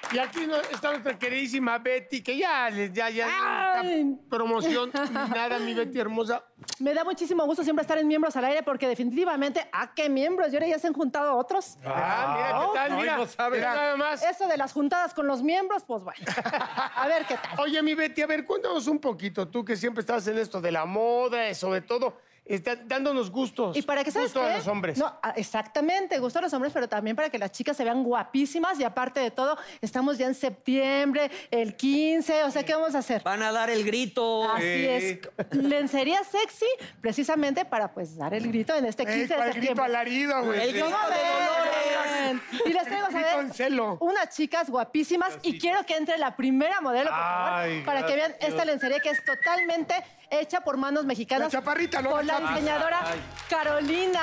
Y aquí no- está nuestra queridísima Betty, que ya, les- ya, ya, ya está promoción, ni nada, mi Betty hermosa. Me da muchísimo gusto siempre estar en Miembros al Aire porque definitivamente, ¿a qué miembros? Y ahora ya se han juntado otros. Ah, mira, ¿qué tal? No, mira, no mira nada más. Eso de las juntadas con los miembros, pues bueno. A ver, ¿qué tal? Oye, mi Betty, a ver, cuéntanos un poquito, tú que siempre estás en esto de la moda, eh, sobre todo, está dándonos gustos. Y para que sabes Gusto a qué? los hombres. No, ah, exactamente, gusto a los hombres, pero también para que las chicas se vean guapísimas y aparte de todo, estamos ya en septiembre, el 15, o sea, ¿qué vamos a hacer? Van a dar el grito. Así Sí. es. Lencería sexy precisamente para pues dar el grito en este 15 de para septiembre. el grito alarido, güey. El grito ¿Cómo de ven? Y les traigo a Grito ver en celo. unas chicas guapísimas y quiero que entre la primera modelo, por favor, Ay, para que vean gracias. esta lencería que es totalmente hecha por manos mexicanas. La chaparrita, ¿no? Por la La chapa. diseñadora Ay. Carolina.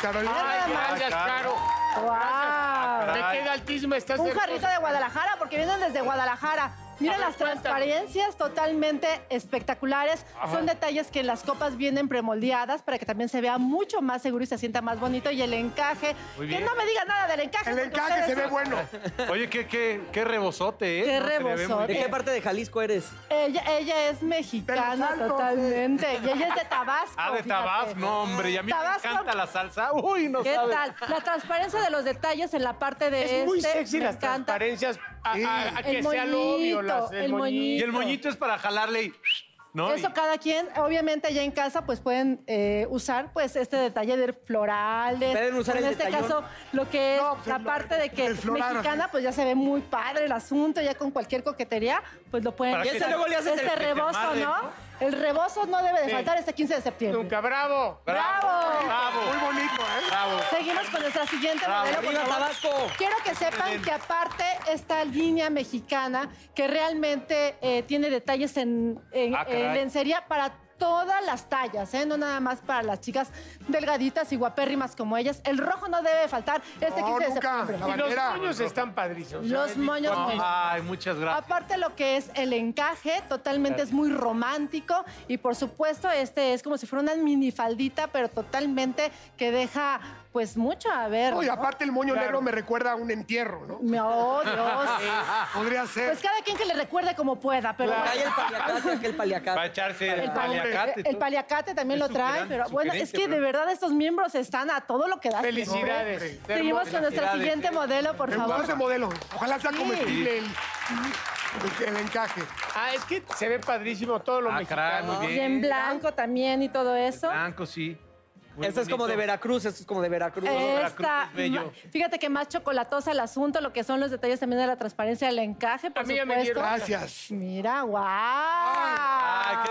Carolina. Ay, Ay, nada gracias, más. Caro. Wow. Te queda altísima, estás Un hermosa. jarrito de Guadalajara, porque vienen desde Guadalajara. Mira A ver, las cuéntanos. transparencias totalmente espectaculares. Ajá. Son detalles que las copas vienen premoldeadas para que también se vea mucho más seguro y se sienta más bonito. Y el encaje, Muy que bien. no me digan nada del encaje. porque ustedes son- Oye, qué, qué, qué rebozote, ¿eh? Qué No, se le ve muy rebozote. bien. ¿De qué parte de Jalisco eres? Ella, ella es mexicana totalmente. Y ella es de Tabasco. Ah, de fíjate. Tabasco, no, hombre. Y a mí Tabasco. me encanta la salsa. Uy, no ¿Qué sabes. tal? La transparencia de los detalles en la parte de Es muy este, sexy me las encanta. transparencias a, a- a El que sea lo obvio. Las, el moñito. Y el moñito es para jalarle y... ¿no? Eso Y- cada quien, obviamente ya en casa, pues pueden eh, usar pues este detalle de florales. Pueden usar en el este detallón. caso, lo que es la parte de que el floral, mexicana, pues ya se ve muy padre el asunto, ya con cualquier coquetería, pues lo pueden. ¿Para qué? Y ese luego le haces este el que te rebozo, amarre, ¿no? ¿no? El rebozo no debe de Sí. faltar este 15 de septiembre. Nunca, bravo. ¡Bravo! Ah, Bravo. Muy bonito, ¿eh? Bravo. Seguimos con nuestra siguiente Bravo. Este modelo. por ¡Arriba, favor. Tabasco! Quiero que sepan que aparte esta línea mexicana que realmente eh, tiene detalles en, en- Ah, caray. en lencería para todas las tallas, ¿eh? no nada más para las chicas delgaditas y guapérrimas como ellas. El rojo no debe faltar este 15 de septiembre. Y los moños están padrísimos. Los moños Ah, No, muy- Ay, muchas gracias. Aparte lo que es el encaje, totalmente es muy romántico y por supuesto este es como si fuera una minifaldita, pero totalmente que deja pues mucho a ver. No, y ¿no? aparte el moño Claro. negro me recuerda a un entierro, ¿no? No, Oh, Dios. Podría ser. Pues cada quien que le recuerde como pueda, pero Claro. bueno. Hay el paliacate, aquel paliacate. Va a echarse el El paliacate, paliacate. el paliacate también Es lo trae, sugerente, pero bueno, es sugerente, que de pero- verdad estos miembros están a todo lo que da. ¿Eh? Felicidades. Seguimos con nuestra Felicidades. siguiente modelo, por favor. de modelo. Ojalá sea Sí. comestible el, el- el encaje. Ah, es que se ve padrísimo todo lo Ah, caray, mexicano. muy Y en blanco también y todo eso. Blanco, sí. Muy Esto es como bonito. de Veracruz, esto es como de Veracruz. Esta, ma- fíjate que más chocolatosa el asunto, lo que son los detalles también de la transparencia del encaje, por A mí ya me supuesto. dieron. Gracias. Mira, guau. Qué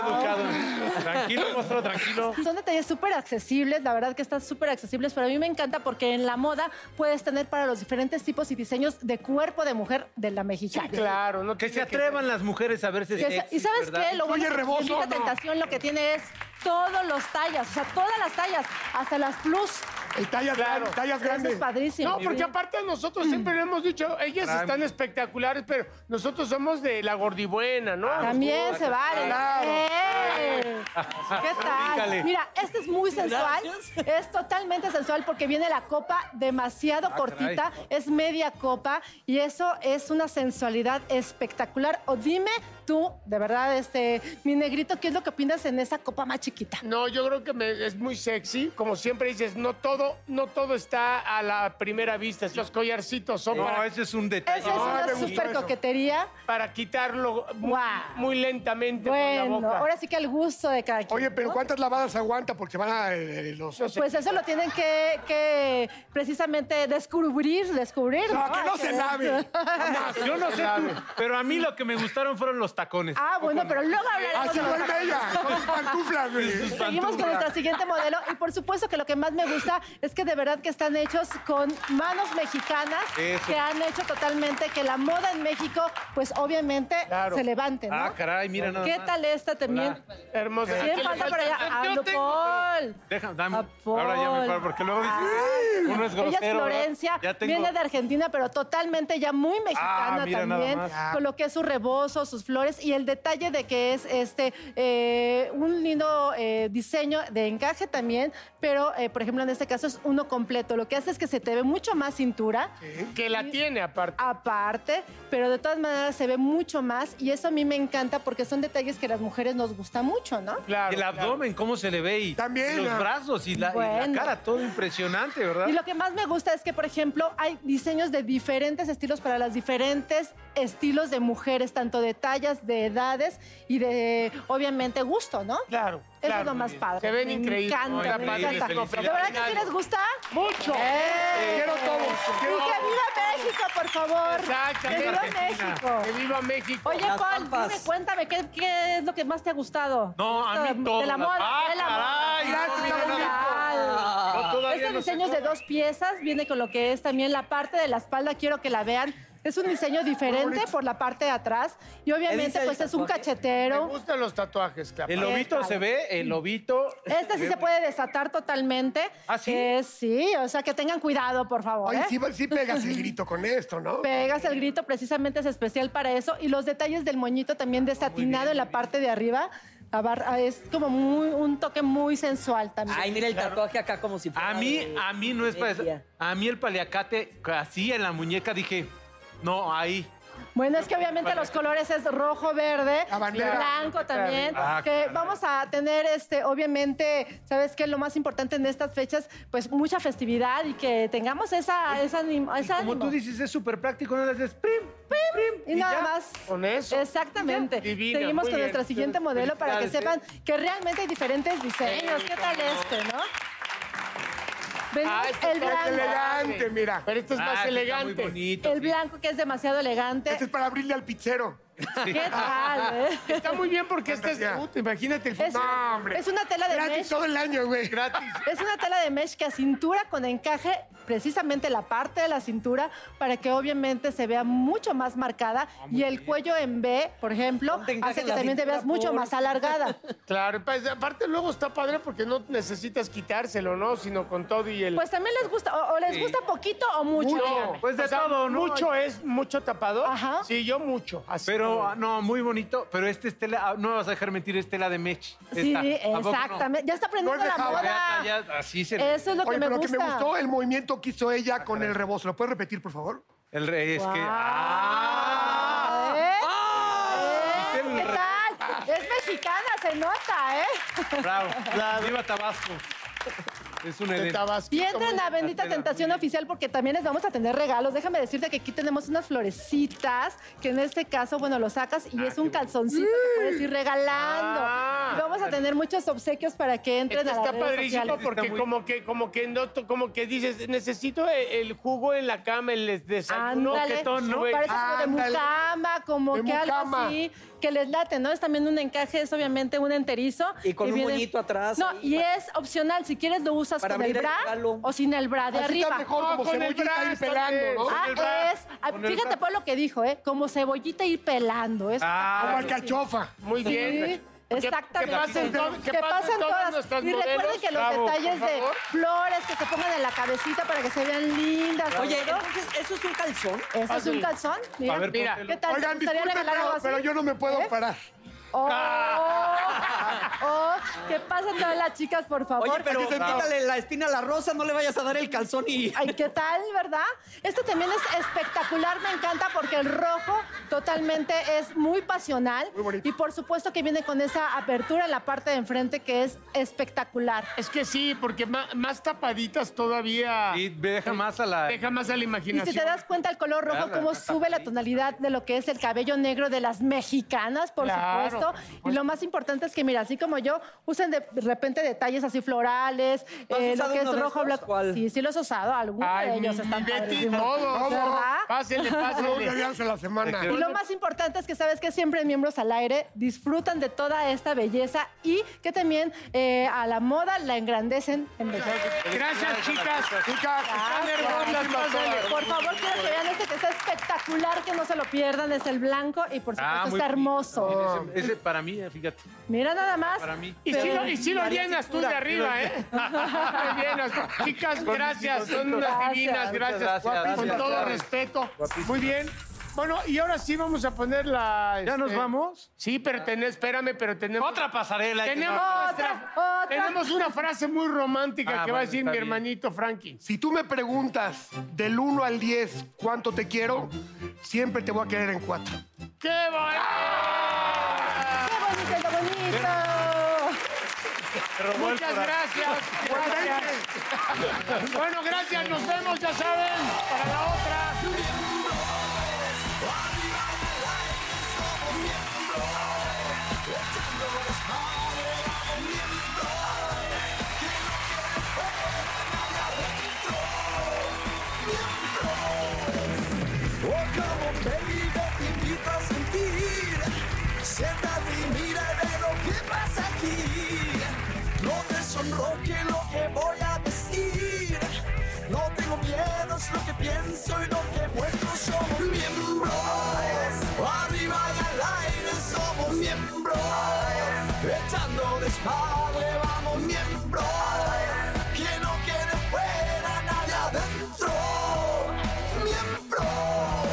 educado. Tranquilo, monstruo, tranquilo. Son detalles súper accesibles, la verdad que están súper accesibles, pero a mí me encanta porque en la moda puedes tener para los diferentes tipos y diseños de cuerpo de mujer de la mexicana. Ah, Claro, no Que se atrevan las mujeres a verse Que sea- sexy, y sabes qué, lo bueno es que rebozo, Bendita ¿no? Tentación lo que tiene es todos los tallas, o sea, todas las tallas, hasta las plus. El tallas Claro. gran- tallas grandes. No, porque aparte nosotros siempre lo hemos dicho, ellas Claro. están espectaculares, pero nosotros somos de la gordibuena, ¿no? También se vale. Claro. ¡Eh! ¿Qué tal? Ah, Pícale. Mira, este es muy sensual. Es totalmente sensual porque viene la copa demasiado Ah, cortita. caray. Es media copa y eso es una sensualidad espectacular. O dime tú, de verdad, este, mi negrito, ¿qué es lo que opinas en esa copa más chiquita? No, yo creo que me- es muy sexy. Como siempre dices, no todo, no todo está a la primera vista. Estos collarcitos son No, para... ese es un detalle. Ah, Esa es una super coquetería. Para quitarlo muy, muy lentamente con la Bueno, boca. ahora sí que al gusto de cada quien. Oye, pero ¿no? ¿cuántas lavadas aguanta? Porque van a eh, eh, los. Pues eso lo tienen que, que precisamente descubrir, descubrir. Ah, No, que no se lave. Yo no sé tú, pero a mí lo que me gustaron fueron los tacones. Ah, bueno, pero ¿Eh? luego hablaremos. Ah, Así de los duerme ella, tacones. con sus pantuflas, güey. Sus Seguimos con pantuflas. nuestra siguiente modelo. Y por supuesto que lo que más me gusta es que de verdad que están hechos con manos mexicanas Eso. que han hecho totalmente que la moda en México, pues obviamente se levante, ¿no? Ah, caray, mira nada ¿Qué más. tal este esta también? Hermosa. ¿Quién falta por allá? Hablo, Paul. Deja, dame. Ahora ya me paro porque luego dice, uno es Ella grosero. es ¿verdad? Florencia, Ya tengo- viene de Argentina, pero totalmente ya muy mexicana Ah, mira nada también, más. con lo que es su rebozo, sus flores y el detalle de que es este eh, un lindo eh, diseño de encaje también, pero eh, por ejemplo en este caso es uno completo. Lo que hace es que se te ve mucho más cintura. Que la tiene aparte. Aparte, pero de todas maneras se ve mucho más y eso a mí me encanta porque son detalles que las mujeres nos gusta mucho, ¿no? el abdomen, cómo se le ve y, y los ah. brazos y la, y la Bueno. cara, todo impresionante, ¿verdad? Y lo que más me gusta es que, por ejemplo, hay diseños de diferentes estilos para las diferentes estilos de mujeres, tanto de tallas, de edades y de, obviamente, gusto, ¿no? Claro. Eso es lo más padre. Se ven me increíbles. Encanta, Oiga, me padre, encanta. felicidades. Eh, ¿De verdad que sí les gusta? Mucho. Quiero todos, Y que quiero todos. viva México, por favor. Que Exactamente. viva Argentina. México. Que viva México. Oye, Las Paul, pampas. dime, cuéntame, ¿qué, qué es lo que más te ha gustado? No, a Esto mí de- todo. De la moda, Ah, de la caray, moda. no, mira nada. Total. No, todavía Este no sé diseño es de dos piezas, viene con lo que es también la parte de la espalda, quiero que la vean. Es un diseño diferente por la parte de atrás y obviamente dice el pues es un tatuaje? Me cachetero. gustan los tatuajes, claro. Eh, El lobito se ve, el lobito. Este sí se puede desatar totalmente. ¿Ah, sí? Eh, sí, o sea que tengan cuidado, por favor. Oye, ¿eh? sí, sí pegas el grito con esto, ¿no? Pegas el grito, precisamente es especial para eso. Y los detalles del moñito Ah, también desatinado en la parte de arriba. abar- ah, Es como muy, un toque muy sensual también. Ay, mira el tatuaje acá como si fuera A mí, eh, ah, de- a mí no es para eso. media. A mí el paliacate, así en la muñeca, dije, no, ahí. Bueno, es que obviamente los colores es rojo, verde, bandera. blanco también. Ah, que vamos a tener, este, obviamente, ¿sabes qué? Lo más importante en estas fechas, pues mucha festividad y que tengamos esa, esa, anim- esa Como ánimo. tú dices, es súper práctico, no le haces prim, prim, Y nada ya. más. Con eso. Exactamente. Divina, Seguimos muy con bien. nuestra siguiente modelo para que sepan ¿eh? Felicidades, que realmente hay diferentes diseños. ¿Qué tal este, no? Venimos Ah, este el está blanco. elegante, mira. Pero este es Ah, más este está elegante. muy El blanco que es demasiado elegante. Este es para abrirle al pizzero. ¿Qué tal? eh? Está muy bien porque este es. Puta, imagínate el Es, No, hombre. es una tela de Gratis mesh. todo el año, güey. Gratis. Es una tela de mesh que a cintura con encaje, precisamente la parte de la cintura, para que obviamente se vea mucho más marcada. y el cuello en B, por ejemplo, hace en que la también te cintura, veas mucho por- más alargada. Claro, pues, aparte luego está padre porque no necesitas quitárselo, ¿no? Sino con todo y el. Pues también les gusta, o, o les Sí. gusta poquito o mucho. díganme. Pues de todo, ¿no? Mucho es mucho tapado. Ajá. Sí, yo mucho. Así Pero, ah, no, muy bonito. Pero este es tela, ah, no me vas a dejar mentir, es tela de mech. Sí, Esta, ¿a poco no? exactamente. Ya está aprendiendo la Vea, moda. talla, así se Eso es lo que Oye, me pero gusta. Ah, que me gustó el movimiento que hizo ella con el rebozo. ¿Lo puedes repetir, por favor? El rey es que. ¡Ah! ¿Eh? ¿Eh? ¿Qué tal? Es mexicana, se nota, ¿eh? Bravo. Viva Tabasco. Es un Edén. Y entren a Bendita Tentación Oficial porque también les vamos a tener regalos. Déjame decirte que aquí tenemos unas florecitas, que en este caso, bueno, lo sacas y es un calzoncito que puedes ir regalando. Ah. Y vamos a tener muchos obsequios para que entren Este a las está redes padrísimo sociales. porque como que como que no to- como que dices necesito e- el, jugo en la cama el desayuno Ándale, Coquetón, ¿no? parece como de Ándale. mucama, como De que algo mucama. así, que les late, ¿no? Es también un encaje, es obviamente un enterizo. Y con que un moñito atrás No, ahí, y es opcional, si quieres lo usas Para con el abrir el bra o sin el bra de Así arriba. está mejor, como con el cebollita bra, ir está pelando, bien. ¿no? Con el bra, Ah, es, ah, con el fíjate bra. Ah, Ah, por lo que dijo, ¿eh? Como cebollita ir pelando. Es Ah, como alcachofa. Muy Sí. bien. Exactamente. Que pasen to- que pasen todas nuestras Y recuerden modelos. que los Bravo, detalles por de favor. flores, que se pongan en la cabecita para que se vean lindas. Oye, ¿no? entonces, ¿eso es un calzón? ¿Eso es un calzón? Mira, mira, ¿qué tal? Oigan, ¿Te gustaría disculpen, regalar algo pero, así? pero yo no me puedo ¿Eh? parar. Oh, oh, ¿Qué pasan todas las chicas, por favor? Oye, pero quítale la espina a la rosa, no le vayas a dar el calzón y... Ay, ¿qué tal, verdad? Este también es espectacular, me encanta porque el rojo totalmente es muy pasional. Y por supuesto que viene con esa apertura en la parte de enfrente que es espectacular. Es que sí, porque ma- más, tapaditas todavía. Y deja más a la. Deja más a la Y imaginación. si te das cuenta el color rojo, Claro, cómo está sube la tonalidad de lo que es el cabello negro de las mexicanas, por Claro, supuesto. por Y lo más importante es que, mira, así como yo, usen de repente detalles así florales, ¿Tú has eh, lo usado que es uno de rojo, estos? blanco. Sí, sí los he usado, algunos de Ay, mi, ellos están mi Betty, padrísimos. todo. ¿Verdad? Pásenle, No voy pásenle. a olvidarse la semana. Y lo más importante es que sabes que siempre en Miembros al Aire disfrutan de toda esta belleza y que también eh, a la moda la engrandecen en belleza. Gracias, chicas. Chicas, están Gracias. hermosas todas. Por favor, quiero que vean este que está espectacular, que no se lo pierdan, es el blanco y por supuesto está hermoso. Ese, ese para mí, eh, fíjate. Mira nada más. Para mí. Y si, lo, y sí lo Varias llenas tú de cinturas. arriba, ¿eh? Muy bien, hasta- Chicas, Con- gracias. con- Son unas Gracias. divinas, Muchas gracias. gracias, guapas, Con gracias. todo Gracias. respeto. Guapísimas. Muy bien. Bueno, y ahora sí vamos a poner la. ¿Ya nos este, vamos? Sí, pero ten- espérame, pero tenemos. Otra pasarela. hay que Tenemos, no- nuestra- otra. tenemos una frase muy romántica Ah, que va a bueno, decir está mi bien. hermanito Frankie. Si tú me preguntas del 1 al 10 cuánto te quiero, siempre te voy a querer en 4. ¡Qué bonito! ¡Qué bonito, qué bonito! Te robó el Muchas corazón. gracias. Gracias. bueno, gracias. Nos vemos, ya saben, para la otra. Oh, como baby, te invito a sentir. Siéntate y mira y ve lo que pasa aquí. No te sonroje lo que voy a decir. No tengo miedo, es lo que pienso y lo que muestro. Somos miembros. Arriba y al aire somos miembros. Echando desmadre, vamos miembros. Que no quede fuera nadie adentro. Miembros.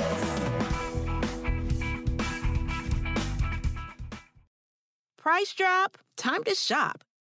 Price drop? Time to shop.